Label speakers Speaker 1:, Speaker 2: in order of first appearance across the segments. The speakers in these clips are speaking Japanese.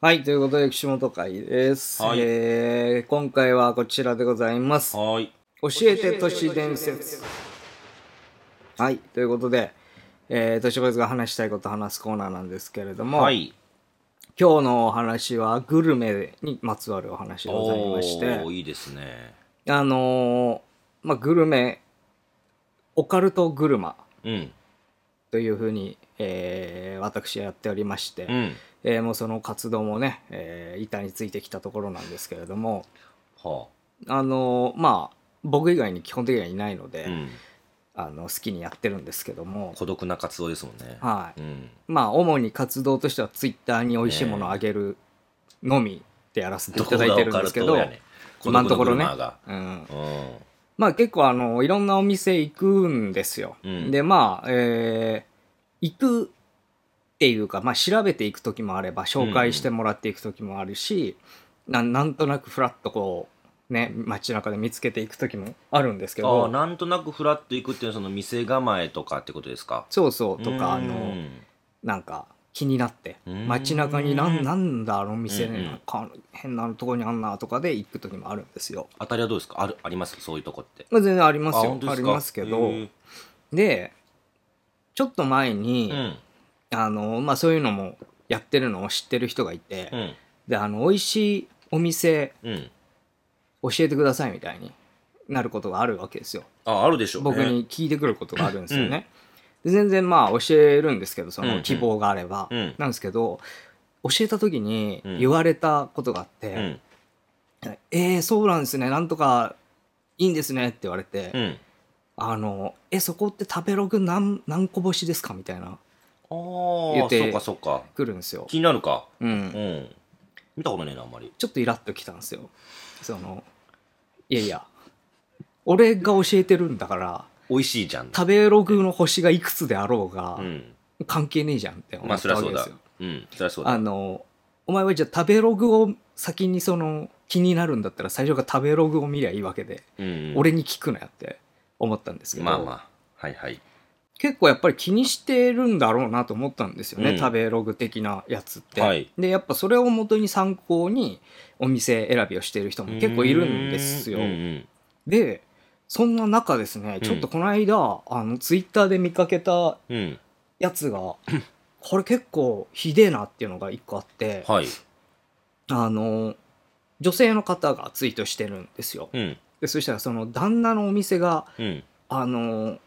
Speaker 1: はい、ということで、岸本会です。
Speaker 2: はい
Speaker 1: えー、今回はこちらでございます。
Speaker 2: はーい。
Speaker 1: 教えて都市伝説。はい、ということで、えー、都市ボーイズが話したいことを話すコーナーなんですけれども、
Speaker 2: はい。
Speaker 1: 今日のお話はグルメにまつわるお話でございまして
Speaker 2: おー、いいですね。
Speaker 1: あのーまあ、グルメ、オカルトグルマ
Speaker 2: うん。
Speaker 1: というふうに、えー、私はやっておりまして、
Speaker 2: うん。
Speaker 1: えーもうその活動もね、えー板についてきたところなんですけれども、
Speaker 2: は
Speaker 1: あのーまあ、僕以外に基本的にはいないので、
Speaker 2: あ。うん。
Speaker 1: あの好きにやってるんですけども、
Speaker 2: 孤独な活動ですもんね。
Speaker 1: はい
Speaker 2: うん。
Speaker 1: まあ、主に活動としてはツイッターに美味しいものをあげるのみでやらせていただいてるんですけど、今の
Speaker 2: 今の
Speaker 1: とこ
Speaker 2: とこ
Speaker 1: ろ
Speaker 2: ろ
Speaker 1: ね
Speaker 2: ね。
Speaker 1: うん、
Speaker 2: うん。
Speaker 1: まあ結構あのいろんなお店行くんですよ、
Speaker 2: うん
Speaker 1: でまあ、えー行くっていうか、まあ、調べていく時もあれば紹介してもらっていく時もあるし、なんなんとなくふらっとこうね街中で見つけていく時もあるんですけ
Speaker 2: ああ、
Speaker 1: ど
Speaker 2: なんとなくフラッと行くっていうのはその店構えとかってことですか。
Speaker 1: そうそうとかあ
Speaker 2: う
Speaker 1: の
Speaker 2: ん
Speaker 1: なんか気になって
Speaker 2: うん
Speaker 1: 街中になんなんだあの店、
Speaker 2: うんうん
Speaker 1: なんか変なとこにあんなとかで行く時もあるんですよ。
Speaker 2: 当たりはどうですかある、ありますそういうとこって。
Speaker 1: まあ、全然ありますよ
Speaker 2: 本当
Speaker 1: あ
Speaker 2: です
Speaker 1: り
Speaker 2: か
Speaker 1: ますけ
Speaker 2: へ
Speaker 1: ど
Speaker 2: ー
Speaker 1: でちょっと前に、
Speaker 2: うん。
Speaker 1: あのまあ、そういうのもやってるのを知ってる人がいて、
Speaker 2: うん。
Speaker 1: であの美味しいお店
Speaker 2: うん。
Speaker 1: 教えてくださいみたいになることがあるわけですよ
Speaker 2: あ、あるでしょうね。
Speaker 1: 僕に聞いてくることがあるんですよね、で全然まあ教えるんですけどそ
Speaker 2: うんう
Speaker 1: の
Speaker 2: ん
Speaker 1: 希望があれば、
Speaker 2: うん
Speaker 1: なんですけど教えた時に
Speaker 2: うん
Speaker 1: 言われたことがあっ
Speaker 2: う
Speaker 1: て
Speaker 2: ん。
Speaker 1: 「えー、そうなんですねなんとかいいんですね」って言われて「
Speaker 2: うん。
Speaker 1: あのえそこって食べログ何何個星ですか?」みたいな
Speaker 2: あ
Speaker 1: 言
Speaker 2: あ、
Speaker 1: って
Speaker 2: そうかそうか。
Speaker 1: 来るんですよ、
Speaker 2: 気になるか。
Speaker 1: う、
Speaker 2: うんん。見たことねえな、あんまり。
Speaker 1: ちょっとイラッときたんですよそのいやいや俺が教えてるんだから
Speaker 2: 美味しいじゃん。
Speaker 1: 食べログの星がいくつであろうが、
Speaker 2: うん。
Speaker 1: 関係ねえじゃんって思
Speaker 2: まあ
Speaker 1: っ
Speaker 2: そ
Speaker 1: た
Speaker 2: りゃ
Speaker 1: わけで
Speaker 2: そうだ
Speaker 1: すよ。
Speaker 2: うん、そりゃそう
Speaker 1: あ
Speaker 2: だ。
Speaker 1: のお前はじゃあ食べログを先にその気になるんだったら最初から食べログを見りゃいいわけで、
Speaker 2: うん、
Speaker 1: 俺に聞くなよって思ったんですけど、
Speaker 2: まあまあ、はいはい。
Speaker 1: 結構やっぱり気にしてるんだろうなと思ったんですよね、
Speaker 2: うん
Speaker 1: 食べログ的なやつって、
Speaker 2: はい
Speaker 1: でやっぱそれを元に参考にお店選びをしている人も結構いるんですよ、
Speaker 2: うんうん
Speaker 1: でそんな中ですね
Speaker 2: うん
Speaker 1: ちょっとこの間、あのツイッターで見かけた
Speaker 2: うんうん、
Speaker 1: やつ がこれ結構ひでえなっていうのが一個あって、
Speaker 2: はい。
Speaker 1: あの女性の方がツイートしてるんですよ
Speaker 2: うん、
Speaker 1: でそしたらその旦那のお店が
Speaker 2: うん。
Speaker 1: あの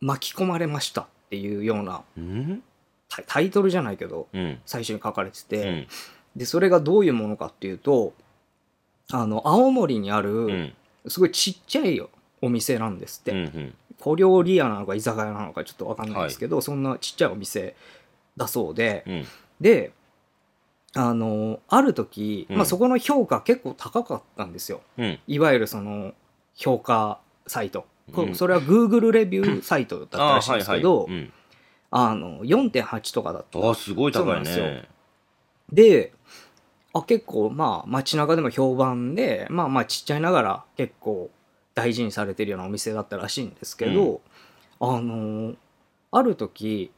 Speaker 1: 巻き込まれましたっていうような
Speaker 2: うん
Speaker 1: タイタイトルじゃないけど
Speaker 2: うん。
Speaker 1: 最初に書かれて
Speaker 2: う
Speaker 1: て、
Speaker 2: ん
Speaker 1: でそれがどういうものかっていうとあの青森にあ
Speaker 2: う
Speaker 1: る
Speaker 2: ん
Speaker 1: すごいちっちゃいお店なんですって、
Speaker 2: うん
Speaker 1: 小料理屋なのか居酒屋なのかちょっと分かんないですけど、そんなちっちゃいお店だそうで、
Speaker 2: うん
Speaker 1: であのある時、
Speaker 2: うん
Speaker 1: まあ、そこの評価結構高かったんですよ
Speaker 2: うん
Speaker 1: いわゆるその評価サイト、こ
Speaker 2: うん
Speaker 1: それは Google レビューサイトだったらしいんですけ
Speaker 2: あ
Speaker 1: ど
Speaker 2: ーはいはいうん
Speaker 1: あの4.8とかだっ
Speaker 2: あ
Speaker 1: た
Speaker 2: ー、すごい
Speaker 1: そう
Speaker 2: 高
Speaker 1: ないんですよ
Speaker 2: ね。
Speaker 1: であ結構まあ街中でも評判でまあまあちっちゃいながら結構大事にされてるようなお店だったらしいんですけど、あのある時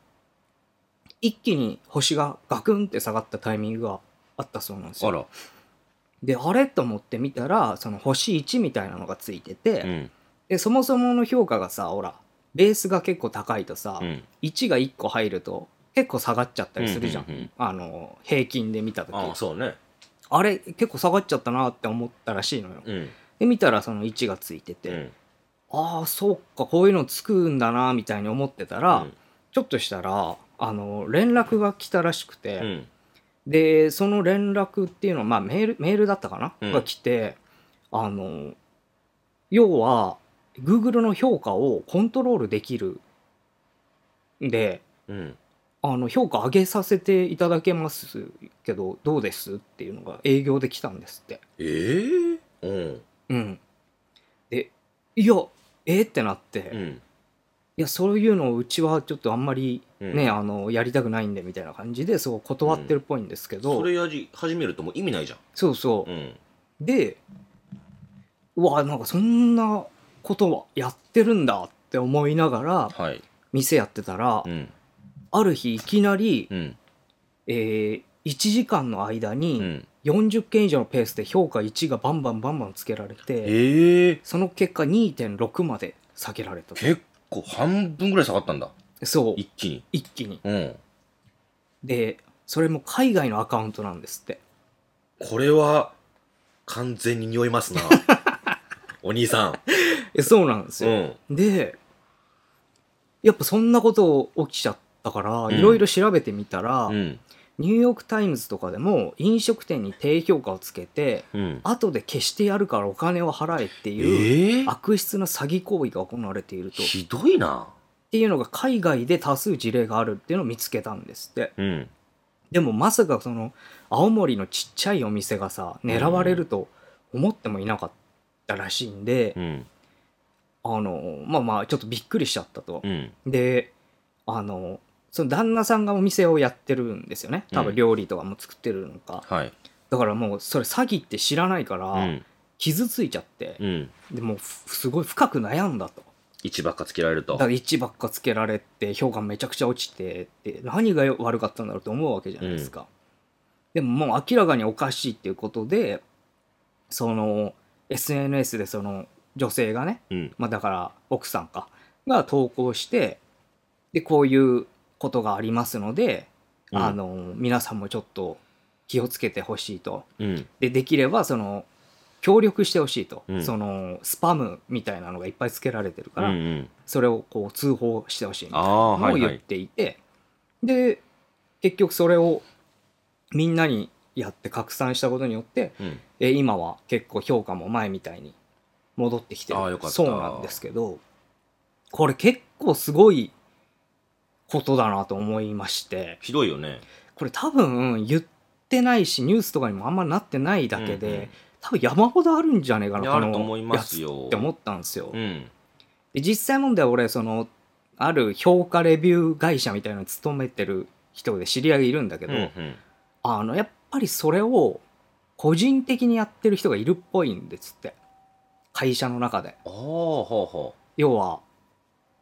Speaker 1: 一気に星がガクンって下がったタイミングがあったそうなんです
Speaker 2: あ
Speaker 1: よ。
Speaker 2: ら、
Speaker 1: であれと思って見たらその星1みたいなのがついてて、
Speaker 2: うん
Speaker 1: でそもそもの評価がさほらベースが結構高いとさ、
Speaker 2: うん。
Speaker 1: 1が1個入ると結構下がっちゃったりするじゃん,、
Speaker 2: うんうんうん
Speaker 1: あの平均で見た時
Speaker 2: ああ、そうね。
Speaker 1: あれ結構下がっちゃったなって思ったらしいのよ。
Speaker 2: うん
Speaker 1: で見たらその1がついてて、
Speaker 2: うん
Speaker 1: ああそうかこういうのつくんだなみたいに思ってたら、
Speaker 2: うん
Speaker 1: ちょっとしたらあの連絡が来たらしくて、
Speaker 2: うん
Speaker 1: でその連絡っていうのは、まあ、メールメールだったかな、
Speaker 2: うん
Speaker 1: が来てあの要は Google の評価をコントロールできるんで
Speaker 2: うん
Speaker 1: あの評価上げさせていただけますけどどうですっていうのが営業で来たんですって。
Speaker 2: えーうん
Speaker 1: うん、でいやえーってなって、
Speaker 2: う
Speaker 1: い
Speaker 2: ん
Speaker 1: やそういうのをうちはちょっとあんまり
Speaker 2: うん
Speaker 1: ね、あのやりたくないんでみたいな感じでそう断ってるっぽいんですけど、
Speaker 2: それやじ始めるともう意味ないじゃん。
Speaker 1: そうそう
Speaker 2: う、ん
Speaker 1: でうわなんかそんなことはやってるんだって思いながら
Speaker 2: はい。
Speaker 1: 店やってたら、
Speaker 2: うん
Speaker 1: ある日いきなり、
Speaker 2: うん
Speaker 1: えー1時間の間
Speaker 2: う
Speaker 1: に
Speaker 2: ん
Speaker 1: 40件以上のペースで評価1がバンバンバンバンつけられて、
Speaker 2: ええ
Speaker 1: その結果2.6まで下げられたと
Speaker 2: 結構半分ぐらい下がったんだ
Speaker 1: そう
Speaker 2: 一気に
Speaker 1: 一気に
Speaker 2: うん
Speaker 1: でそれも海外のアカウントなんですって
Speaker 2: これは完全に匂いますなお兄さん
Speaker 1: えそうなんです
Speaker 2: う
Speaker 1: よ、
Speaker 2: ん
Speaker 1: でやっぱそんなこと起きちゃったから
Speaker 2: ん
Speaker 1: いろいろ調べてみたら、
Speaker 2: うん
Speaker 1: ニューヨーク・タイムズとかでも飲食店に低評価をつけて
Speaker 2: うん
Speaker 1: 後で消してやるからお金を払えっていう
Speaker 2: ええ
Speaker 1: 悪質な詐欺行為が行われているとっ
Speaker 2: ひどいな
Speaker 1: ていうのが海外で多数事例があるっていうのを見つけたんですって
Speaker 2: うん
Speaker 1: でもまさかその青森のちっちゃいお店がさ狙われると思ってもいなかったらしいんで
Speaker 2: う、ん
Speaker 1: あのまあまあちょっとびっくりしちゃったと
Speaker 2: う、ん
Speaker 1: であのその旦那さんがお店をやってるんですよね多
Speaker 2: うん
Speaker 1: 分料理とかも作ってるのか、
Speaker 2: はい
Speaker 1: だからもうそれ詐欺って知らないから、
Speaker 2: うん
Speaker 1: 傷ついちゃって、
Speaker 2: うん
Speaker 1: でもうふすごい深く悩んだと
Speaker 2: 一ばっかつけられる
Speaker 1: だ
Speaker 2: と
Speaker 1: から1ばっかつけられて評価めちゃくちゃ落ちてって何が悪かったんだろうと思うわけじゃないですか、でももう明らかにおかしいっていうことでその SNS でその女性がね、
Speaker 2: うん
Speaker 1: まあ、だから奥さんかが投稿してでこういうことがありますので、
Speaker 2: うん
Speaker 1: あの皆さんもちょっと気をつけてほしいと
Speaker 2: うん
Speaker 1: でできればその協力してほしいと、
Speaker 2: うん
Speaker 1: そのスパムみたいなのがいっぱいつけられてるか
Speaker 2: うんう
Speaker 1: ら、
Speaker 2: ん
Speaker 1: それをこう通報してほしいみたい
Speaker 2: あ
Speaker 1: な
Speaker 2: あ
Speaker 1: の
Speaker 2: は
Speaker 1: を
Speaker 2: いは
Speaker 1: 言っ
Speaker 2: い
Speaker 1: ていて、で結局それをみんなにやって拡散したことによって
Speaker 2: うん
Speaker 1: え今は結構評価も前みたいに戻ってきて
Speaker 2: あーよかった
Speaker 1: そうなんですけどこれ結構すごいことだなと思いまして。
Speaker 2: ひどいよね
Speaker 1: これ多分言ってないしニュースとかにもあんまなってないだけで、
Speaker 2: うんうん
Speaker 1: 多分山ほどあるんじゃねえか
Speaker 2: い
Speaker 1: な
Speaker 2: や
Speaker 1: こ
Speaker 2: あると思い
Speaker 1: のや
Speaker 2: ま
Speaker 1: つ
Speaker 2: すよ
Speaker 1: って思ったんですよ。
Speaker 2: うん
Speaker 1: で実際問題は俺そのある評価レビュー会社みたいなのに勤めてる人で知り合いがいるんだけ
Speaker 2: うん
Speaker 1: ど、
Speaker 2: うん
Speaker 1: あのやっぱりそれを個人的にやってる人がいるっぽいんですって会社の中で。
Speaker 2: ああほうほ
Speaker 1: 要は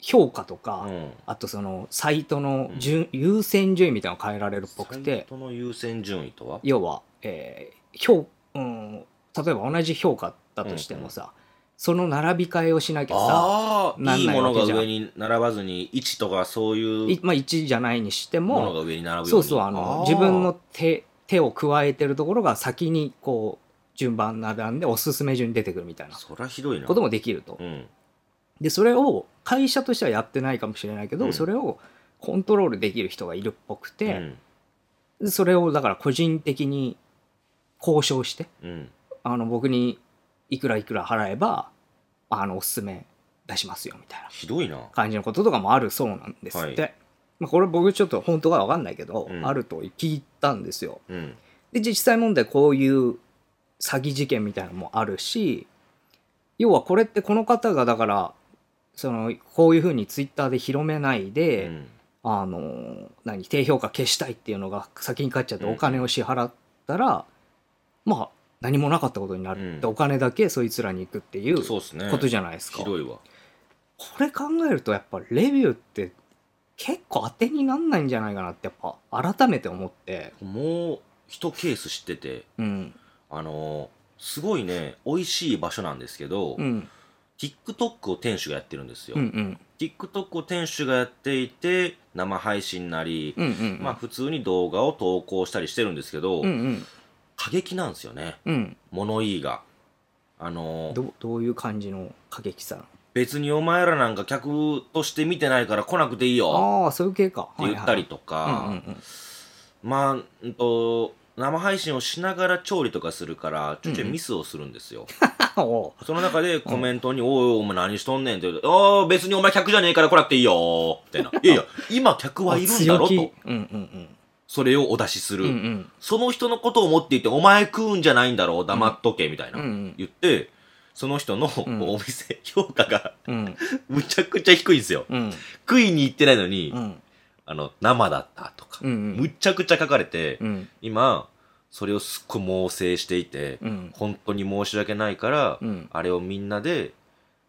Speaker 1: 評価と
Speaker 2: う
Speaker 1: か、
Speaker 2: うん
Speaker 1: あとそのサイトの順、優先順位みたいなの変えられるっぽくて。
Speaker 2: サイトの優先順位とは
Speaker 1: 要は、えー評うん、例えば同じ評価だとしてもさ、その並び替えをしなきゃさ
Speaker 2: ああ
Speaker 1: なん
Speaker 2: いい
Speaker 1: ない
Speaker 2: も
Speaker 1: わ
Speaker 2: の
Speaker 1: け
Speaker 2: が
Speaker 1: じゃん
Speaker 2: 上に並ばずに1とかそういう
Speaker 1: いまあ、1じゃないにして
Speaker 2: ものが
Speaker 1: も
Speaker 2: 上に並ぶよ
Speaker 1: そう
Speaker 2: に
Speaker 1: うそうあの
Speaker 2: ー
Speaker 1: 自分の手手を加えてるところが先にこう順番並んでおすすめ順に出てくるみたいな
Speaker 2: そりゃひどいな
Speaker 1: こともできると。
Speaker 2: うん
Speaker 1: でそれを会社としてはやってないかもしれないけど、
Speaker 2: うん
Speaker 1: それをコントロールできる人がいるっぽく
Speaker 2: う
Speaker 1: て、
Speaker 2: ん
Speaker 1: それをだから個人的に交渉して
Speaker 2: うん
Speaker 1: あの僕にいくらいくら払えばあのおすすめ出しますよみたいな
Speaker 2: ひどいな
Speaker 1: 感じのこととかもあるそうなんですって、まあ、これ僕ちょっと本当かわかんないけど、
Speaker 2: うん
Speaker 1: あると聞いたんですよ
Speaker 2: うん
Speaker 1: で実際問題こういう詐欺事件みたいなのもあるし要はこれってこの方がだからそのこういうふうにツイッターで広めないうで、
Speaker 2: ん
Speaker 1: あの何低評価消したいっていうのが先に勝っちゃって
Speaker 2: うん
Speaker 1: お金を支払ったら、まあ何もなかったことになるって、
Speaker 2: うん
Speaker 1: お金だけそいつらに行くっていう
Speaker 2: そう
Speaker 1: こ
Speaker 2: ですね
Speaker 1: とじゃないですか、
Speaker 2: ひどいわ
Speaker 1: これ考えるとやっぱレビューって結構当てになんないんじゃないかなってやっぱ改めて思って
Speaker 2: もう一ケース知ってて
Speaker 1: うん
Speaker 2: あのーすごいね美味しい場所なんですけど、
Speaker 1: うん
Speaker 2: TikTok を店主がやってるんですよ、
Speaker 1: うんうん
Speaker 2: TikTok を店主がやっていて生配信なり、
Speaker 1: うんうん
Speaker 2: まあ普通に動画を投稿したりしてるんですけど、
Speaker 1: うんうん
Speaker 2: 過激なんですよね
Speaker 1: うん
Speaker 2: 物言いがあの
Speaker 1: どどういう感じの過激さ
Speaker 2: 別にお前らなんか客として見てないから来なくていいよ
Speaker 1: ああそういう系か
Speaker 2: って言ったり
Speaker 1: と
Speaker 2: とか、
Speaker 1: うんうんうん
Speaker 2: まあうんと生配信をしながら調理とかするからちょいちょいミスをするんですよ、
Speaker 1: あお
Speaker 2: その中でコメントに「おいおいお前何しとんねん」って言うと「ああ別にお前客じゃねえから来なくていいよ」みた いな「いやいや今客はいるんだ
Speaker 1: 強
Speaker 2: ろ」
Speaker 1: 気
Speaker 2: と
Speaker 1: うんうん
Speaker 2: それをお出しす
Speaker 1: う
Speaker 2: る、
Speaker 1: んうんうん
Speaker 2: その人のことを持っていて「お前食うんじゃないんだろ黙っとけ」みたいな、
Speaker 1: うんうん
Speaker 2: 言ってその人の
Speaker 1: うん
Speaker 2: お店、評価が
Speaker 1: うん
Speaker 2: むちゃくちゃ低いんですよ
Speaker 1: うん
Speaker 2: 食いに行ってないのに、
Speaker 1: うん
Speaker 2: あの生だったとか、
Speaker 1: うんうん
Speaker 2: むちゃくちゃ書かれて、
Speaker 1: うん
Speaker 2: 今それをすっごい猛省していて、
Speaker 1: うん
Speaker 2: 本当に申し訳ないから、
Speaker 1: うん
Speaker 2: あれをみんなで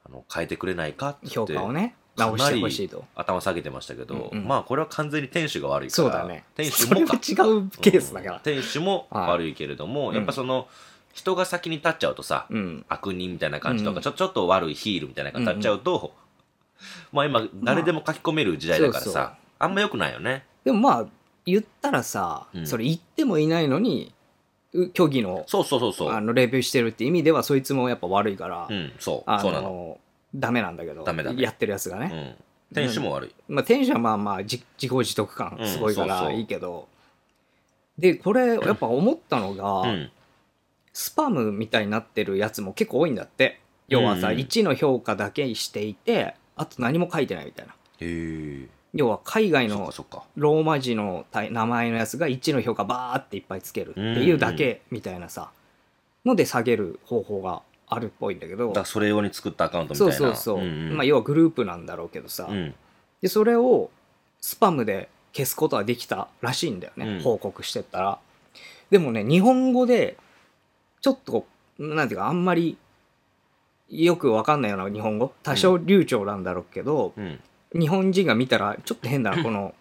Speaker 2: あの変えてくれないかって言っ
Speaker 1: 評
Speaker 2: て
Speaker 1: 価をね
Speaker 2: か
Speaker 1: 直し
Speaker 2: な
Speaker 1: てほしい
Speaker 2: り
Speaker 1: と。
Speaker 2: 頭下げてましたけど、
Speaker 1: うんうん
Speaker 2: まあこれは完全に店主が悪いから
Speaker 1: そうだね。
Speaker 2: 店主
Speaker 1: それ
Speaker 2: も
Speaker 1: は
Speaker 2: か
Speaker 1: 違うケースだから。
Speaker 2: 店主も
Speaker 1: はい
Speaker 2: 悪いけれども、やっぱその人が先に立っちゃうとさ、
Speaker 1: うん。
Speaker 2: 悪人みたいな感じとか、
Speaker 1: うん
Speaker 2: ちょちょっと悪いヒールみたいな感じになっちゃうと、まあ今誰でも書き込める時代だからさ、
Speaker 1: まあそう
Speaker 2: あんま良くないよね
Speaker 1: でもまあ、言ったらさ
Speaker 2: う、ん
Speaker 1: それ言ってもいないのに、う虚偽の
Speaker 2: そうそうそうそ
Speaker 1: あ
Speaker 2: う
Speaker 1: のレビューしてるって意味では、そいつもやっぱ悪いから
Speaker 2: う、んそう
Speaker 1: あ
Speaker 2: そうなの、
Speaker 1: の、ダメなんだけど
Speaker 2: ダメだ、ね
Speaker 1: やってるやつが
Speaker 2: う
Speaker 1: ね。
Speaker 2: ん、店主も悪い、
Speaker 1: まあ、天使はまあまあ自自業自得感すごいか
Speaker 2: うんそう
Speaker 1: ら
Speaker 2: そう
Speaker 1: いいけど、でこれやっぱ思ったのが、
Speaker 2: うん
Speaker 1: スパムみたいになってるやつも結構多いんだって要はさ、
Speaker 2: うんうん
Speaker 1: 1の評価だけしていてあと何も書いてないみたいな
Speaker 2: へ
Speaker 1: 要は海外
Speaker 2: えそっ
Speaker 1: の
Speaker 2: かそっか
Speaker 1: ローマ字のたい名前のやつが1の評価バーっていっぱいつけるっていうだけみたいなさので下げる方法があるっぽいんだけど
Speaker 2: だからそれ用に作ったアカウントみたい
Speaker 1: そう
Speaker 2: な
Speaker 1: そうそう、
Speaker 2: んん
Speaker 1: まあ、要はグループなんだろうけどさ、
Speaker 2: うん
Speaker 1: でそれをスパムで消すことはできたらしいんだよね、
Speaker 2: うん
Speaker 1: 報告してったらでもね日本語でちょっとなんていうかあんまりよくわかんないような日本語多少流暢なんだろうけど、
Speaker 2: うん、
Speaker 1: 日本人が見たらちょっと変だ なこの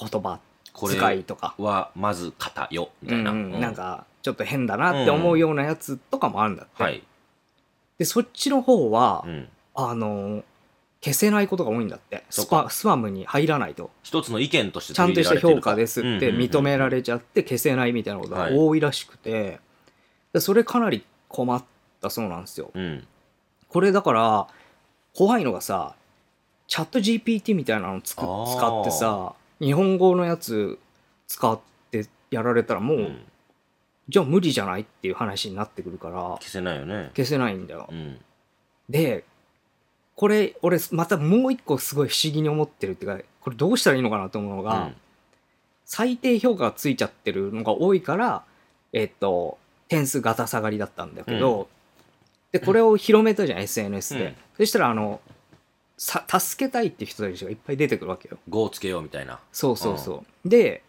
Speaker 1: 言葉
Speaker 2: こ
Speaker 1: 使
Speaker 2: れ
Speaker 1: いとか、
Speaker 2: はまず型よみたいな、
Speaker 1: うん
Speaker 2: う
Speaker 1: うんなんかちょっと変だなって思うようなやつとかもあるんだって、
Speaker 2: はい、
Speaker 1: でそっちの方は、
Speaker 2: うん、
Speaker 1: あの消せないことが多いんだって
Speaker 2: そ
Speaker 1: ス
Speaker 2: っか
Speaker 1: パスパムに入らないと
Speaker 2: 一つの意見として
Speaker 1: ちゃんとした評価ですっ
Speaker 2: 取
Speaker 1: て
Speaker 2: り入れられてる
Speaker 1: 認めら
Speaker 2: か
Speaker 1: れちゃって消せないみたいなことが多いらしくて、でそれかなり困ったそうなんですよ。
Speaker 2: うんうんうんうん
Speaker 1: これだから怖いのがさチャット GPT みたいなのつく
Speaker 2: あー
Speaker 1: 使ってさ日本語のやつ使ってやられたらもう、
Speaker 2: うん
Speaker 1: じゃあ無理じゃないっていう話になってくるから
Speaker 2: 消せないよね
Speaker 1: 消せないんだよ。
Speaker 2: うん
Speaker 1: でこれ俺またもう一個すごい不思議に思ってるっていうかこれどうしたらいいのかなと思うのが。最低評価がついちゃってるのが多いから、えっと、点数がた下がりだったんだけど、でこれを広めたじゃん、SNS で、
Speaker 2: うん
Speaker 1: そしたらあのさ助けたいって人たちがいっぱい出てくるわけよ
Speaker 2: うん、5をつけようみたいな
Speaker 1: そうそうそう、で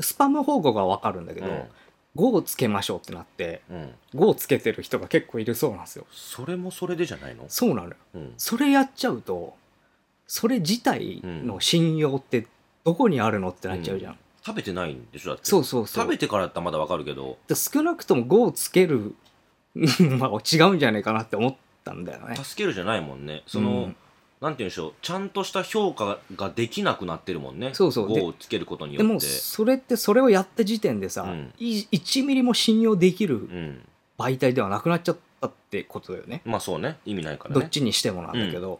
Speaker 1: スパム報告はわかるんだけど、
Speaker 2: うん
Speaker 1: 5をつけましょうってなって
Speaker 2: うん、
Speaker 1: 5をつけてる人が結構いるそうなんですよ
Speaker 2: それもそれでじゃないの、
Speaker 1: そうなのよ
Speaker 2: うん、
Speaker 1: それやっちゃうとそれ自体の信用ってどこにあるのってなっちゃうじゃん、
Speaker 2: うん食べてないんでしょだって
Speaker 1: そうそうそう
Speaker 2: 食べてからだったらまだわかるけど
Speaker 1: で少なくとも5をつける まあ違うんじゃないかなって思ったんだよね。
Speaker 2: 助けるじゃないもんねその、
Speaker 1: うん
Speaker 2: なんて言うんでしょうちゃんとした評価ができなくなってるもんね
Speaker 1: そうそうで
Speaker 2: 5をつけることによ
Speaker 1: で
Speaker 2: って
Speaker 1: もそれってそれをやった時点でさ、
Speaker 2: うん
Speaker 1: い1ミリも信用できる
Speaker 2: うん、
Speaker 1: 媒体ではなくなっちゃったってことだよね。
Speaker 2: まあそうね意味ないからね
Speaker 1: どっちにしてもなんだけど。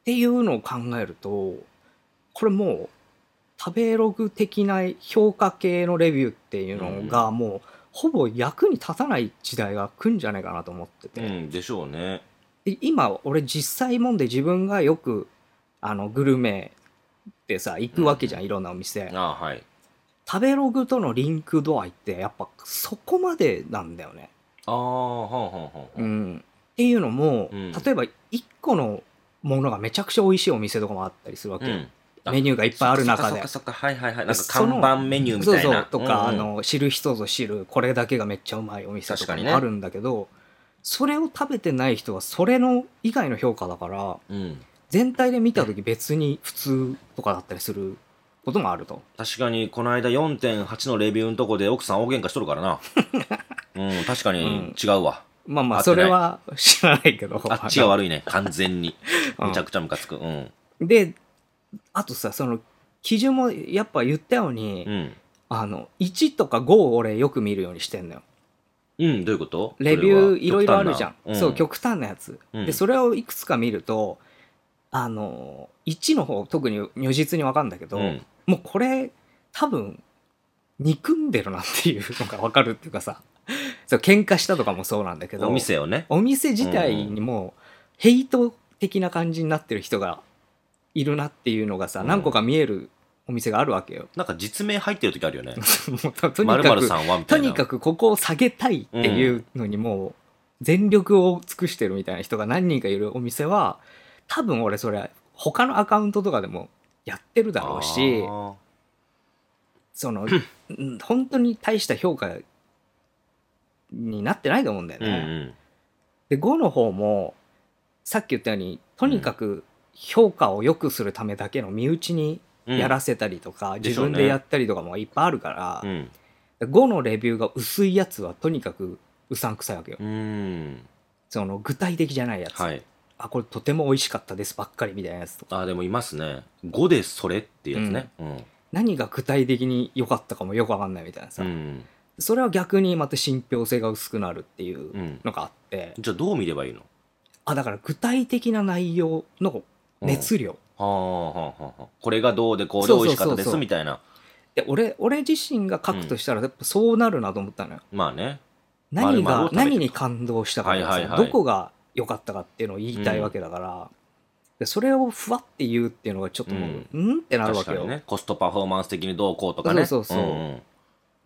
Speaker 1: っていうのを考えるとこれもう食べログ的な評価系のレビューっていうのがもうほぼ役に立たない時代が来るんじゃないかなと思ってて。
Speaker 2: うんでしょうね
Speaker 1: で今俺実際もんで自分がよくあのグルメでさ行くわけじゃん、いろんなお店
Speaker 2: ああはい
Speaker 1: 食べログとのリンク度合いってやっぱそこまでなんだよね、
Speaker 2: ああはんはんはん
Speaker 1: う
Speaker 2: はん
Speaker 1: ん、っていうのも、
Speaker 2: うん
Speaker 1: 例えば1個のものがめちゃくちゃ美味しいお店とかもあったりするわけ、
Speaker 2: うんあ
Speaker 1: メニューがいっぱいある中で
Speaker 2: そっかそっかそっかはいはいはいなんか
Speaker 1: そ
Speaker 2: 看
Speaker 1: の
Speaker 2: 板メニューみ
Speaker 1: そう
Speaker 2: たい
Speaker 1: そ
Speaker 2: な
Speaker 1: うとか、
Speaker 2: うんうん
Speaker 1: あの知る人ぞ知るこれだけがめっちゃうまいお店と
Speaker 2: 確か
Speaker 1: か
Speaker 2: にね
Speaker 1: もあるんだけど、それを食べてない人はそれの以外の評価だから
Speaker 2: うん
Speaker 1: 全体で見た時別に普通とかだったりすることもあると
Speaker 2: 確かにこの間4.8のレビューのとこで奥さん大喧嘩しとるか らなうん確かに違うわ、
Speaker 1: まあま
Speaker 2: 合
Speaker 1: あ
Speaker 2: ってな
Speaker 1: そ
Speaker 2: い
Speaker 1: れは 知らないけど
Speaker 2: あっちが悪いね完全にめちゃくちゃムカつくうん
Speaker 1: であとさその基準もやっぱ言ったように、
Speaker 2: うん、
Speaker 1: あの1とか5を俺よく見るようにしてんのよ
Speaker 2: うん、どういうこと
Speaker 1: レビューいろいろあるじゃん、
Speaker 2: そ
Speaker 1: そう
Speaker 2: れは
Speaker 1: 極端なやつ、
Speaker 2: うん
Speaker 1: でそれをいくつか見るとあの1の方特に如実に分かるんだけど、
Speaker 2: うん
Speaker 1: もうこれ多分憎んでるなっていうのが分かるっていうかさそう喧嘩したとかもそうなんだけ
Speaker 2: うん
Speaker 1: ど
Speaker 2: お店をね
Speaker 1: お店自体にもヘイト的な感じになってる人がいるなっていうのがさ、
Speaker 2: うん
Speaker 1: 何個か見えるお店があるわけよ。
Speaker 2: なんか実名入ってる時あるよね
Speaker 1: もうととに
Speaker 2: 〇
Speaker 1: か
Speaker 2: 〇
Speaker 1: く
Speaker 2: さんはみ
Speaker 1: と
Speaker 2: たいな
Speaker 1: にかくここを下げたいっていうのにもう全力を尽くしてるみたいな人が何人かいるお店は多分俺それ他のアカウントとかでもやってるだろうし
Speaker 2: あー
Speaker 1: そのうん本当に大した評価になってないと思うんだよ
Speaker 2: う
Speaker 1: ね。
Speaker 2: んうん
Speaker 1: で5の方もさっき言ったようにとにかく評価を良くするためだけの身内に
Speaker 2: うん
Speaker 1: やらせたりとか、
Speaker 2: でし
Speaker 1: 自
Speaker 2: ょうね
Speaker 1: 分でやったりとかもいっぱいあるから、
Speaker 2: うん
Speaker 1: 5のレビューが薄いやつはとにかくうさんくさいわけよ、
Speaker 2: うん
Speaker 1: その具体的じゃないやつ、
Speaker 2: はい
Speaker 1: あこれとても美味しかったですばっかりみたいなやつとか
Speaker 2: あでもいますね5でそれってやつねうん
Speaker 1: 何が具体的に良かったかもよくわかんないみたいな
Speaker 2: う
Speaker 1: さ、
Speaker 2: ん、
Speaker 1: それは逆にまた信憑性が薄くなるっていう
Speaker 2: うん、
Speaker 1: のがあって、
Speaker 2: じゃあどう見ればいいの
Speaker 1: あだから具体的な内容の熱量、
Speaker 2: はあはあはあこれがどうでこうで
Speaker 1: そうそ
Speaker 2: 美
Speaker 1: う
Speaker 2: 味しかったで
Speaker 1: そう
Speaker 2: す
Speaker 1: そう
Speaker 2: みたいな
Speaker 1: で俺俺自身が書くとしたらやっぱそうなるなと思ったのよ、
Speaker 2: まあね
Speaker 1: 何
Speaker 2: 丸々
Speaker 1: が
Speaker 2: を食べて
Speaker 1: 何に感動したかとかさ、
Speaker 2: はいはいはい
Speaker 1: どこが良かったかっていうのを言いたいわけだから、でそれをふわって言うっていうのがちょっともう、うんってなるわ
Speaker 2: 確
Speaker 1: け
Speaker 2: か
Speaker 1: よ、
Speaker 2: にねコストパフォーマンス的にどうこうとかね
Speaker 1: そうそうそうん
Speaker 2: ん
Speaker 1: っ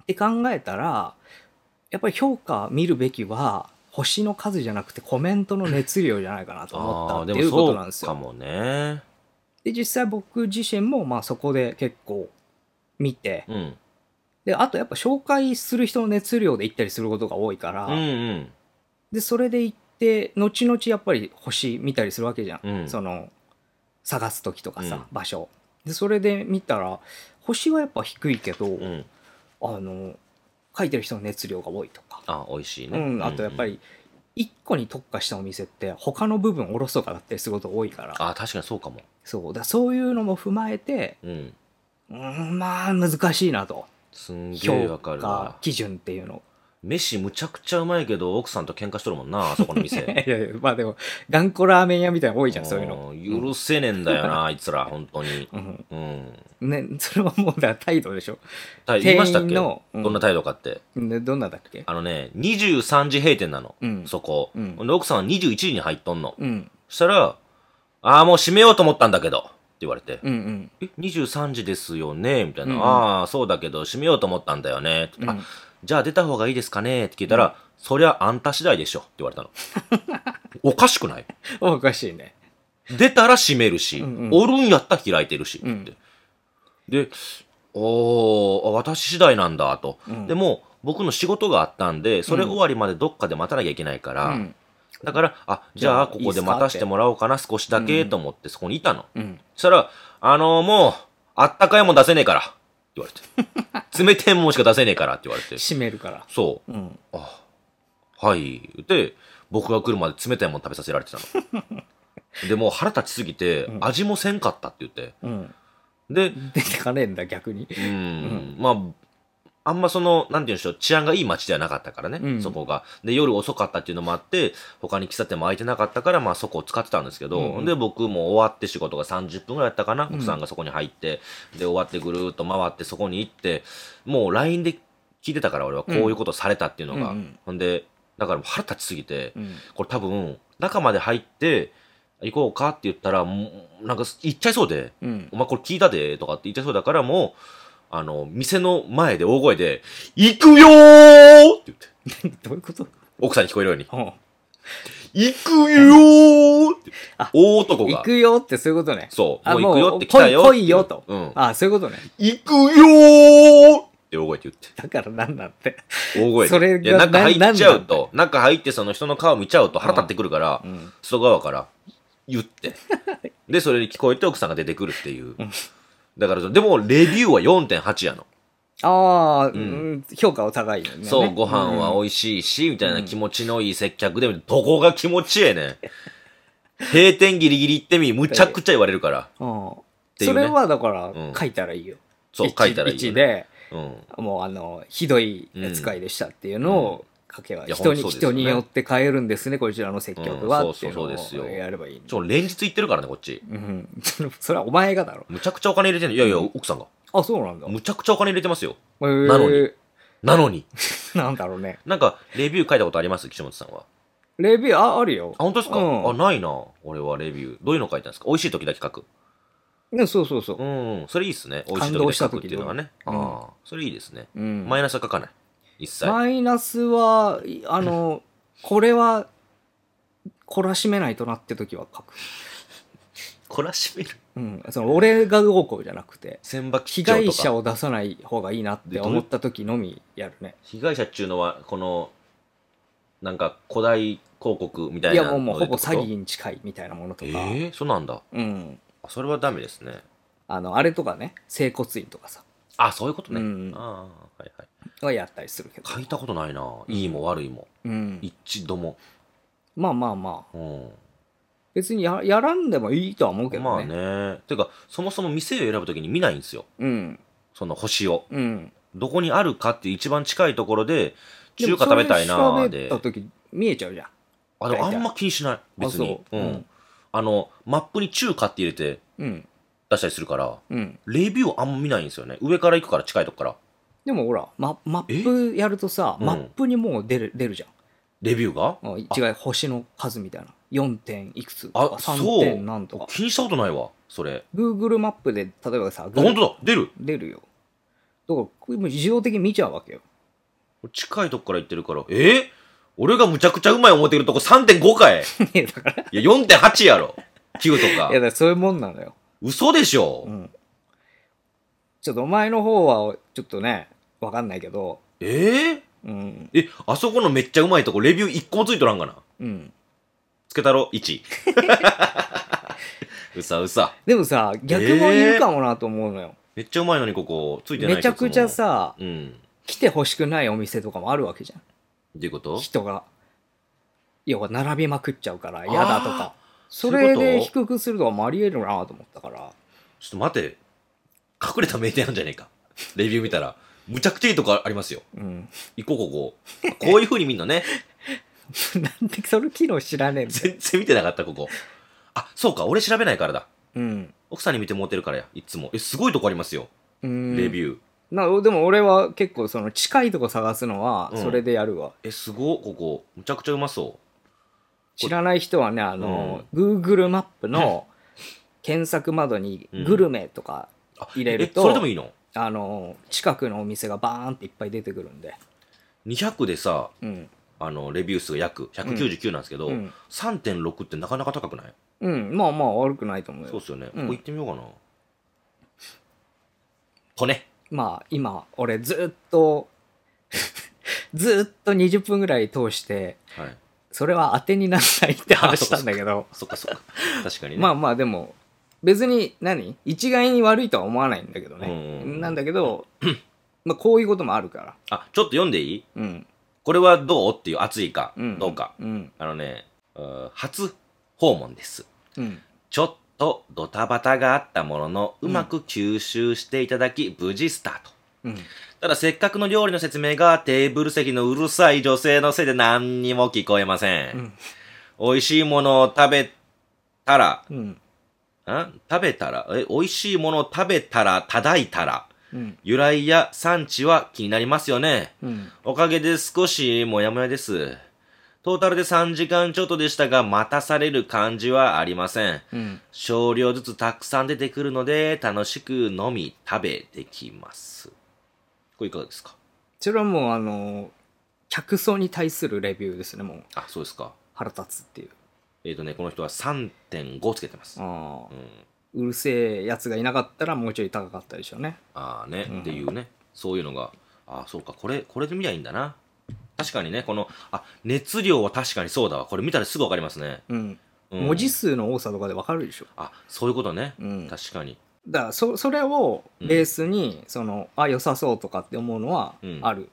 Speaker 1: て考えたらやっぱり評価見るべきは星の数じゃなくてコメントの熱量じゃないかなと思った
Speaker 2: ああ
Speaker 1: っ
Speaker 2: ーで
Speaker 1: て
Speaker 2: も
Speaker 1: いうこ
Speaker 2: そ
Speaker 1: と
Speaker 2: う
Speaker 1: なんです
Speaker 2: か
Speaker 1: よ。
Speaker 2: もね
Speaker 1: で実際僕自身もまあそこで結構見て
Speaker 2: うん
Speaker 1: であとやっぱ紹介する人の熱量で行ったりすることが多いから、
Speaker 2: うんうん
Speaker 1: でそれで行って後々やっぱり星見たりするわけじゃん、
Speaker 2: うん
Speaker 1: その探す時とかさ、
Speaker 2: うん
Speaker 1: 場所でそれで見たら星はやっぱ低いけど、
Speaker 2: うん
Speaker 1: あの書いてる人の熱量が多いとか
Speaker 2: あ美味しいね
Speaker 1: うん、あとやっぱり一個に特化したお店って他の部分おろそかだったりすることが多いから
Speaker 2: あ確かにそうかも
Speaker 1: そうだそういうのも踏まえて
Speaker 2: うん
Speaker 1: うんまあ難しいなと
Speaker 2: すんげえ
Speaker 1: 評
Speaker 2: わかるわ
Speaker 1: 価基準っていうの
Speaker 2: 飯むちゃくちゃうまいけど奥さんと喧嘩しとるもんなあそこの店
Speaker 1: いやいやまあでも頑固ラーメン屋みたい なの多いじゃんそういうの、
Speaker 2: ん許せねえんだよなあいつら本当に
Speaker 1: うん
Speaker 2: うん
Speaker 1: ね、それはもうだから態度でしょ
Speaker 2: た言い
Speaker 1: 店
Speaker 2: ましたっ
Speaker 1: 員
Speaker 2: けど
Speaker 1: の、うん
Speaker 2: んな態度かって
Speaker 1: でどんなだっけ
Speaker 2: あのね23時閉店なの
Speaker 1: うん
Speaker 2: そこ
Speaker 1: うん
Speaker 2: で奥さんは21時に入っとんの
Speaker 1: うん
Speaker 2: そしたら「ああもう閉めようと思ったんだけど」って言われて
Speaker 1: うんうん
Speaker 2: え23時ですよねみたいな、
Speaker 1: うんうん
Speaker 2: ああそうだけど閉めようと思ったんだよね、
Speaker 1: うん
Speaker 2: あじゃあ出た方がいいですかねって聞いたら、そりゃあんた次第でしょって言われたの おかしくない
Speaker 1: おかしいね
Speaker 2: 出たら閉めるし、
Speaker 1: うんうん
Speaker 2: おるんやったら開いてるしって、
Speaker 1: うん
Speaker 2: でおーあ私次第なんだと、
Speaker 1: うん
Speaker 2: でも僕の仕事があったんでそれ終わりまでどっかで待たなきゃいけないから、
Speaker 1: うん
Speaker 2: だからあじ
Speaker 1: じ
Speaker 2: ゃ
Speaker 1: ゃ
Speaker 2: あ
Speaker 1: あ
Speaker 2: ここで待たせてもらおうかな少しだけと思ってそこにいたの、
Speaker 1: うん
Speaker 2: そしたら、あのもう、あったかいもん出せねえから、って言われて。冷てえもんしか出せねえからって言われて。
Speaker 1: 閉めるから
Speaker 2: そ
Speaker 1: うん
Speaker 2: う。あはい。で、僕が来るまで冷たいもん食べさせられてたの。で、もう腹立ちすぎて、
Speaker 1: ん
Speaker 2: 味もせんかったって言って。
Speaker 1: うん
Speaker 2: で、
Speaker 1: 出てかねえんだ逆に
Speaker 2: うん、まあ、あんまその、なんて言うんでしょう、治安がいい街ではなかったからね、
Speaker 1: うん
Speaker 2: そこが。で、夜遅かったっていうのもあって、他に喫茶店も空いてなかったから、まあそこを使ってたんですけど、
Speaker 1: うんうん
Speaker 2: で、僕も終わって仕事が30分ぐらいやったかな、
Speaker 1: ん
Speaker 2: 奥さんがそこに入って、で、終わってぐるーっと回って、そこに行って、もう LINE で聞いてたから、俺はこういうことされたっていうのが。
Speaker 1: うんうん
Speaker 2: ほんで、だからもう腹立ちすぎて、
Speaker 1: うん
Speaker 2: これ多分、中まで入って、行こうかって言ったら、もうなんか行っちゃいそうで、
Speaker 1: うん
Speaker 2: お前これ聞いたでとかって言っちゃいそうだからもう、あの、店の前で大声で、行くよーって言って、
Speaker 1: どういうこと
Speaker 2: 奥さんに聞こえるように、
Speaker 1: うん
Speaker 2: 行くよーって言って
Speaker 1: あ、
Speaker 2: 大男
Speaker 1: 行
Speaker 2: が、
Speaker 1: くよってそういうことね。
Speaker 2: そう、
Speaker 1: あ
Speaker 2: もう行くよって来
Speaker 1: もう
Speaker 2: たよ。
Speaker 1: 来い来いよと。
Speaker 2: うん。
Speaker 1: あそういうことね。
Speaker 2: 行くよーって大声で言って。
Speaker 1: だからなんだって。
Speaker 2: 大声で。
Speaker 1: それが
Speaker 2: いや、中
Speaker 1: な
Speaker 2: 入っちゃ
Speaker 1: な
Speaker 2: うんと、中入ってその人の顔見ちゃうと腹立ってくるから、
Speaker 1: ん
Speaker 2: 外側から言って。で、それに聞こえて奥さんが出てくるっていう。だから、でも、レビューは4.8やの。
Speaker 1: ああ、うん評価は高いよね。
Speaker 2: そう、ご飯は美味しいし、みたいな気持ちのいい接客で、どこが気持ちえ えねん。閉店ギリギリ行ってみ、むちゃくちゃ言われるから。
Speaker 1: うん。うん
Speaker 2: ていう
Speaker 1: そ
Speaker 2: ね
Speaker 1: れはだから
Speaker 2: うん
Speaker 1: 書いたらいいよ。
Speaker 2: そう、
Speaker 1: 一
Speaker 2: 書いたらいい
Speaker 1: 一
Speaker 2: よ、ね。
Speaker 1: で、
Speaker 2: うん。
Speaker 1: もうあの、ひどい扱いでしたっていうのを書けば、
Speaker 2: いや
Speaker 1: 人に、
Speaker 2: ほんとそうですよ
Speaker 1: 人
Speaker 2: ね
Speaker 1: によって変えるんですね、こちらの接客
Speaker 2: う
Speaker 1: は
Speaker 2: ん
Speaker 1: っていうの
Speaker 2: そうそうそう
Speaker 1: を
Speaker 2: ですよ
Speaker 1: やればいいね。
Speaker 2: ちょ、連日行ってるからね、こっち。
Speaker 1: うん。 それはお前がだろ。
Speaker 2: むちゃくちゃお金入れてんの。いやいや、奥さんが。
Speaker 1: あ、そうなんだ。
Speaker 2: むちゃくちゃお金入れてますよ。
Speaker 1: な
Speaker 2: のに。なのに。
Speaker 1: なんだろうね。
Speaker 2: なんか、レビュー書いたことあります岸本さんは。
Speaker 1: レビュー、あ、あるよ。
Speaker 2: あ、本当ですか、
Speaker 1: うん
Speaker 2: あ、ないな。俺はレビュー。どういうの書いたんですか美味しい時だけ書く。
Speaker 1: ねそうそうそう
Speaker 2: う。ん。それいいっすね。美味しい
Speaker 1: 感
Speaker 2: 時だ
Speaker 1: 動
Speaker 2: け
Speaker 1: した
Speaker 2: 書くっ
Speaker 1: 時
Speaker 2: ていうのはね。
Speaker 1: う
Speaker 2: あ
Speaker 1: ん
Speaker 2: あ、それいいですね。
Speaker 1: うん
Speaker 2: マイナスは書かない。一切。
Speaker 1: マイナスは、いあの、 これは、懲らしめないとなって時は書く。
Speaker 2: 懲らしめる。
Speaker 1: うん。その、俺が動こうじゃなくて、
Speaker 2: 千葉
Speaker 1: 被
Speaker 2: 吉祥とか
Speaker 1: 害者を出さない方がいいなって思った時のみやるね。
Speaker 2: 被害者っちゅうのはこのなんか古代広告みた
Speaker 1: い
Speaker 2: いな
Speaker 1: やも
Speaker 2: の
Speaker 1: うもう
Speaker 2: で
Speaker 1: ほ
Speaker 2: って
Speaker 1: ぼ
Speaker 2: こ
Speaker 1: 詐
Speaker 2: と
Speaker 1: 欺に近いみたいなものと
Speaker 2: え
Speaker 1: か、
Speaker 2: ー、そうなんだ。
Speaker 1: うん、
Speaker 2: あそれはダメですね。
Speaker 1: あのあれとかね整骨院とかさ
Speaker 2: あ、そういうことね。
Speaker 1: うん
Speaker 2: ああ、はいはい。
Speaker 1: はやったりするけど、
Speaker 2: 書いたことないな。いいも悪いも。
Speaker 1: うん、
Speaker 2: 一度も。
Speaker 1: まあまあまあ
Speaker 2: うん。
Speaker 1: 別にややらんでもいいとは思うけどね,、
Speaker 2: まあね。てか、そもそも店を選ぶときに見ないんですよ。
Speaker 1: うん
Speaker 2: その星を。
Speaker 1: うん
Speaker 2: どこにあるかっていう一番近いところで、
Speaker 1: でも
Speaker 2: 中華食べたいな
Speaker 1: そ
Speaker 2: ー
Speaker 1: れ調べ
Speaker 2: で
Speaker 1: た。時見えちゃうじゃん
Speaker 2: あ、でもあ
Speaker 1: 大体
Speaker 2: んま気にしない。別に。
Speaker 1: あそう
Speaker 2: う
Speaker 1: うんん。
Speaker 2: あの、マップに中華って入れて
Speaker 1: うん
Speaker 2: 出したりするから、
Speaker 1: うん
Speaker 2: レビューあんま見ないんですよね。上から行くから近いとこから。
Speaker 1: でもほらママップやるとさ
Speaker 2: え
Speaker 1: マップにもう出る出るじゃん
Speaker 2: レビューが
Speaker 1: あ違う星の数みたいな4点いくつとか
Speaker 2: あ、
Speaker 1: 3
Speaker 2: そう
Speaker 1: 点なんとか。
Speaker 2: 気にしたことないわ、それ。
Speaker 1: Google マップで例えばさ
Speaker 2: あ、本当だ出る
Speaker 1: 出るよだからこれも自動的に見ちゃうわけよ
Speaker 2: 近いとこから行ってるから。えー俺がむちゃくちゃうまい思ってるとこ3.5かい
Speaker 1: いやだからい
Speaker 2: いや、4.8やろ。9と
Speaker 1: やだ
Speaker 2: か。
Speaker 1: からそういうもんなのよ
Speaker 2: 嘘でしょ、
Speaker 1: うんちょっとお前の方はちょっとねわかんないけど
Speaker 2: えー
Speaker 1: うん
Speaker 2: え、あそこのめっちゃうまいとこ、レビュー1個もついとらんかな
Speaker 1: うん
Speaker 2: つけたろ、1。うさうさ。
Speaker 1: でもさ逆もいるかもなと思うのよ、
Speaker 2: めっちゃうまいのにここ、ついてない
Speaker 1: めちゃくちゃ。さ
Speaker 2: 一つもうん。
Speaker 1: 来てほしくないお店とかもあるわけじゃん
Speaker 2: どういうこと
Speaker 1: 人が要は並びまくっちゃうから嫌だとかそ
Speaker 2: そうい
Speaker 1: れ
Speaker 2: うこと
Speaker 1: で低くするとかもありえるなと思ったから
Speaker 2: ちょっと待って。隠れた名店なんじゃねえか。レビュー見たら。むちゃくちゃいいとこありますよ。
Speaker 1: うん
Speaker 2: 行こう、ここ。こういう風に見んのね。
Speaker 1: なんでその機能知らねえんだよ
Speaker 2: 全然見てなかった、ここ。あ、そうか。俺調べないからだ。
Speaker 1: うん
Speaker 2: 奥さんに見てもうてるからや。いつも。え、すごいとこありますよ。
Speaker 1: うん
Speaker 2: レビュー。
Speaker 1: なでも俺は結構その近いとこ探すのは
Speaker 2: うん
Speaker 1: それでやるわ、
Speaker 2: え、すごっ、ここ。むちゃくちゃうまそ
Speaker 1: 知らない人はねあの、Google マップ の検索窓に
Speaker 2: うん
Speaker 1: グルメとか
Speaker 2: う。あ
Speaker 1: 入れると
Speaker 2: えそれでもいいの
Speaker 1: あの近くのお店がバーンっていっぱい出てくるんで
Speaker 2: ?200 でさ、
Speaker 1: うん
Speaker 2: あの、レビュー数が約199なんですけど、
Speaker 1: うん、
Speaker 2: 3.6ってなかなか高くない
Speaker 1: うん、まあまあ悪くないと思うよ
Speaker 2: そうっすよね。
Speaker 1: うん
Speaker 2: ここ行ってみようかな。こね。
Speaker 1: まあ今俺ずっと ずっと20分ぐらい通して
Speaker 2: はい。
Speaker 1: それは当てにならないって話したんだけど
Speaker 2: そっかそっか。確かにね。
Speaker 1: まあまあでも別に何一概に悪いとは思わないんだけど
Speaker 2: うんうんう
Speaker 1: ね
Speaker 2: ん
Speaker 1: なんだけどまあこういうこともあるから
Speaker 2: あ、ちょっと読んでいい
Speaker 1: うん
Speaker 2: これはどうっていう熱いか、
Speaker 1: うん
Speaker 2: どうか。
Speaker 1: うん
Speaker 2: あのね、うー初訪問です。
Speaker 1: うん
Speaker 2: ちょっとドタバタがあったものの、うまく吸収していただき、無事スタート。
Speaker 1: うん
Speaker 2: ただせっかくの料理の説明がテーブル席のうるさい女性のせいで何にも聞こえません。
Speaker 1: うん
Speaker 2: 美味しいものを食べたら、
Speaker 1: うん
Speaker 2: ん食べたらえ、美味しいものを食べたら、叩いたら、
Speaker 1: うん
Speaker 2: 由来や産地は気になりますよね。
Speaker 1: うん
Speaker 2: おかげで少しもやもやです。トータルで3時間ちょっとでしたが、待たされる感じはありません。
Speaker 1: うん
Speaker 2: 少量ずつたくさん出てくるので、楽しく飲み、食べできます。これいかがですか
Speaker 1: それはもうあの客層に対するレビューですねもう
Speaker 2: あ、そうですか。
Speaker 1: 腹立つっていう
Speaker 2: えっ、とね、この人は3.5つけてます。
Speaker 1: あ
Speaker 2: う
Speaker 1: あ
Speaker 2: ん、
Speaker 1: うるせえやつがいなかったらもうちょい高かったでしょうね
Speaker 2: ああね、
Speaker 1: うん
Speaker 2: っていうね、そういうのが、ああ、そうか、これ、これで見りゃいいんだな。確かにね、この、あ、熱量は確かにそうだわ。これ見たらすぐわかりますね。
Speaker 1: うん
Speaker 2: うん
Speaker 1: 文字数の多さとかでわかるでしょ、
Speaker 2: あ、そういうことね。
Speaker 1: うん、だか
Speaker 2: 確かに。
Speaker 1: らそそれをベースに、そのあ良さそうとかって思うのは
Speaker 2: うん
Speaker 1: ある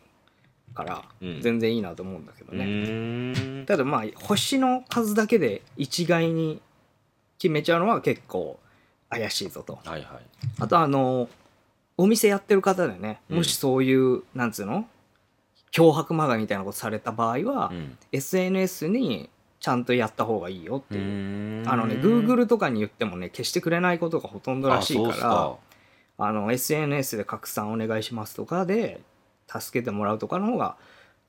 Speaker 1: から、
Speaker 2: うん
Speaker 1: 全然いいなと思うんだけど
Speaker 2: う
Speaker 1: ね、
Speaker 2: ーん。
Speaker 1: ただまあ星の数だけで一概に決めちゃうのは結構怪しいぞと
Speaker 2: はいはい。
Speaker 1: あとあのお店やってる方でね
Speaker 2: うん
Speaker 1: もしそういう、なんつうの脅迫まがいみたいなことされた場合は、
Speaker 2: うん。
Speaker 1: SNS にちゃんとやった方がいいよっていう、あのね、
Speaker 2: ル
Speaker 1: Google とかに言ってもね、消してくれないことがほとんどらしいから、あ
Speaker 2: あ
Speaker 1: の、SNS で拡散お願いしますとかで、助けてもらうとかの方が、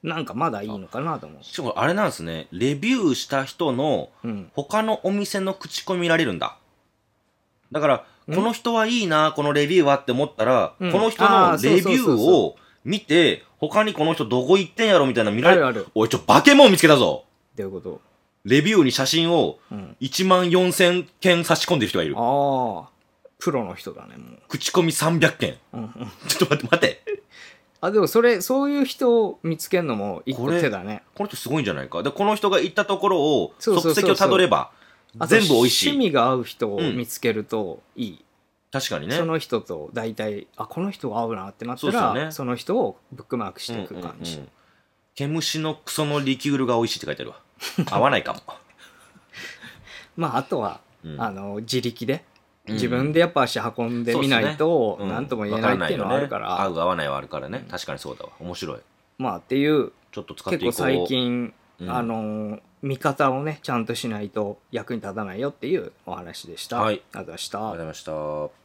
Speaker 1: なんかまだいいのかなと思う
Speaker 2: そうっすか。しかもあれなんですね、レビューした人の
Speaker 1: うん。
Speaker 2: 他のお店の口コミ見られるんだ。だから、
Speaker 1: ん
Speaker 2: この人はいいな、このレビューはって思ったら、
Speaker 1: うん
Speaker 2: この人
Speaker 1: あー
Speaker 2: の
Speaker 1: そう
Speaker 2: レ
Speaker 1: そう
Speaker 2: ビ
Speaker 1: そう
Speaker 2: ュ
Speaker 1: そう
Speaker 2: ーを見て、他にこの人どこ行ってんやろみたいなの見
Speaker 1: あ
Speaker 2: られ
Speaker 1: る
Speaker 2: る。
Speaker 1: ある。
Speaker 2: おい、ちょ、バケモン見つけたぞ
Speaker 1: っていうこと。
Speaker 2: レビューに写真を
Speaker 1: うん。
Speaker 2: 1万4000件差し込んでる人がいる。
Speaker 1: ああ、プロの人だね、も
Speaker 2: 口コミ300件。
Speaker 1: う。うんうん
Speaker 2: ちょっと待って待って。
Speaker 1: あでもそれそういう人を見つけるのも一個手だね
Speaker 2: この人すごいんじゃないか。で、この人が行ったところを、
Speaker 1: そうそうそ
Speaker 2: 即
Speaker 1: うそう
Speaker 2: 席をたどれば、
Speaker 1: あと
Speaker 2: 全部美味し
Speaker 1: 趣
Speaker 2: い。
Speaker 1: 味が合う人を見つけるといい、
Speaker 2: 確かにね
Speaker 1: そ。の人と大体あこの人が合うなってなったら
Speaker 2: そう
Speaker 1: そ,、
Speaker 2: ですよね
Speaker 1: の人をブックマークし
Speaker 2: うん
Speaker 1: て
Speaker 2: う
Speaker 1: い
Speaker 2: んう
Speaker 1: く感じ、
Speaker 2: ん。毛虫のクソのリキュールが美味しいって書い てあるわ。合わないかも。
Speaker 1: まああとは、
Speaker 2: うん
Speaker 1: あの自力で
Speaker 2: うん
Speaker 1: 自分でやっぱ足運んでみないと
Speaker 2: うん
Speaker 1: 何とも言えないっていうのはあるか
Speaker 2: わから
Speaker 1: ら、
Speaker 2: ないよね合う合わないはあるからね。確かにそうだわ。面白い。
Speaker 1: まあっていう
Speaker 2: ちょっと使ってい
Speaker 1: 結
Speaker 2: こう。
Speaker 1: 構最近、
Speaker 2: うん
Speaker 1: あの見方をねちゃんとしないと役に立たないよっていうお話でした。
Speaker 2: は
Speaker 1: あ
Speaker 2: い
Speaker 1: りがとうございまし
Speaker 2: あ
Speaker 1: た
Speaker 2: りがとうございました。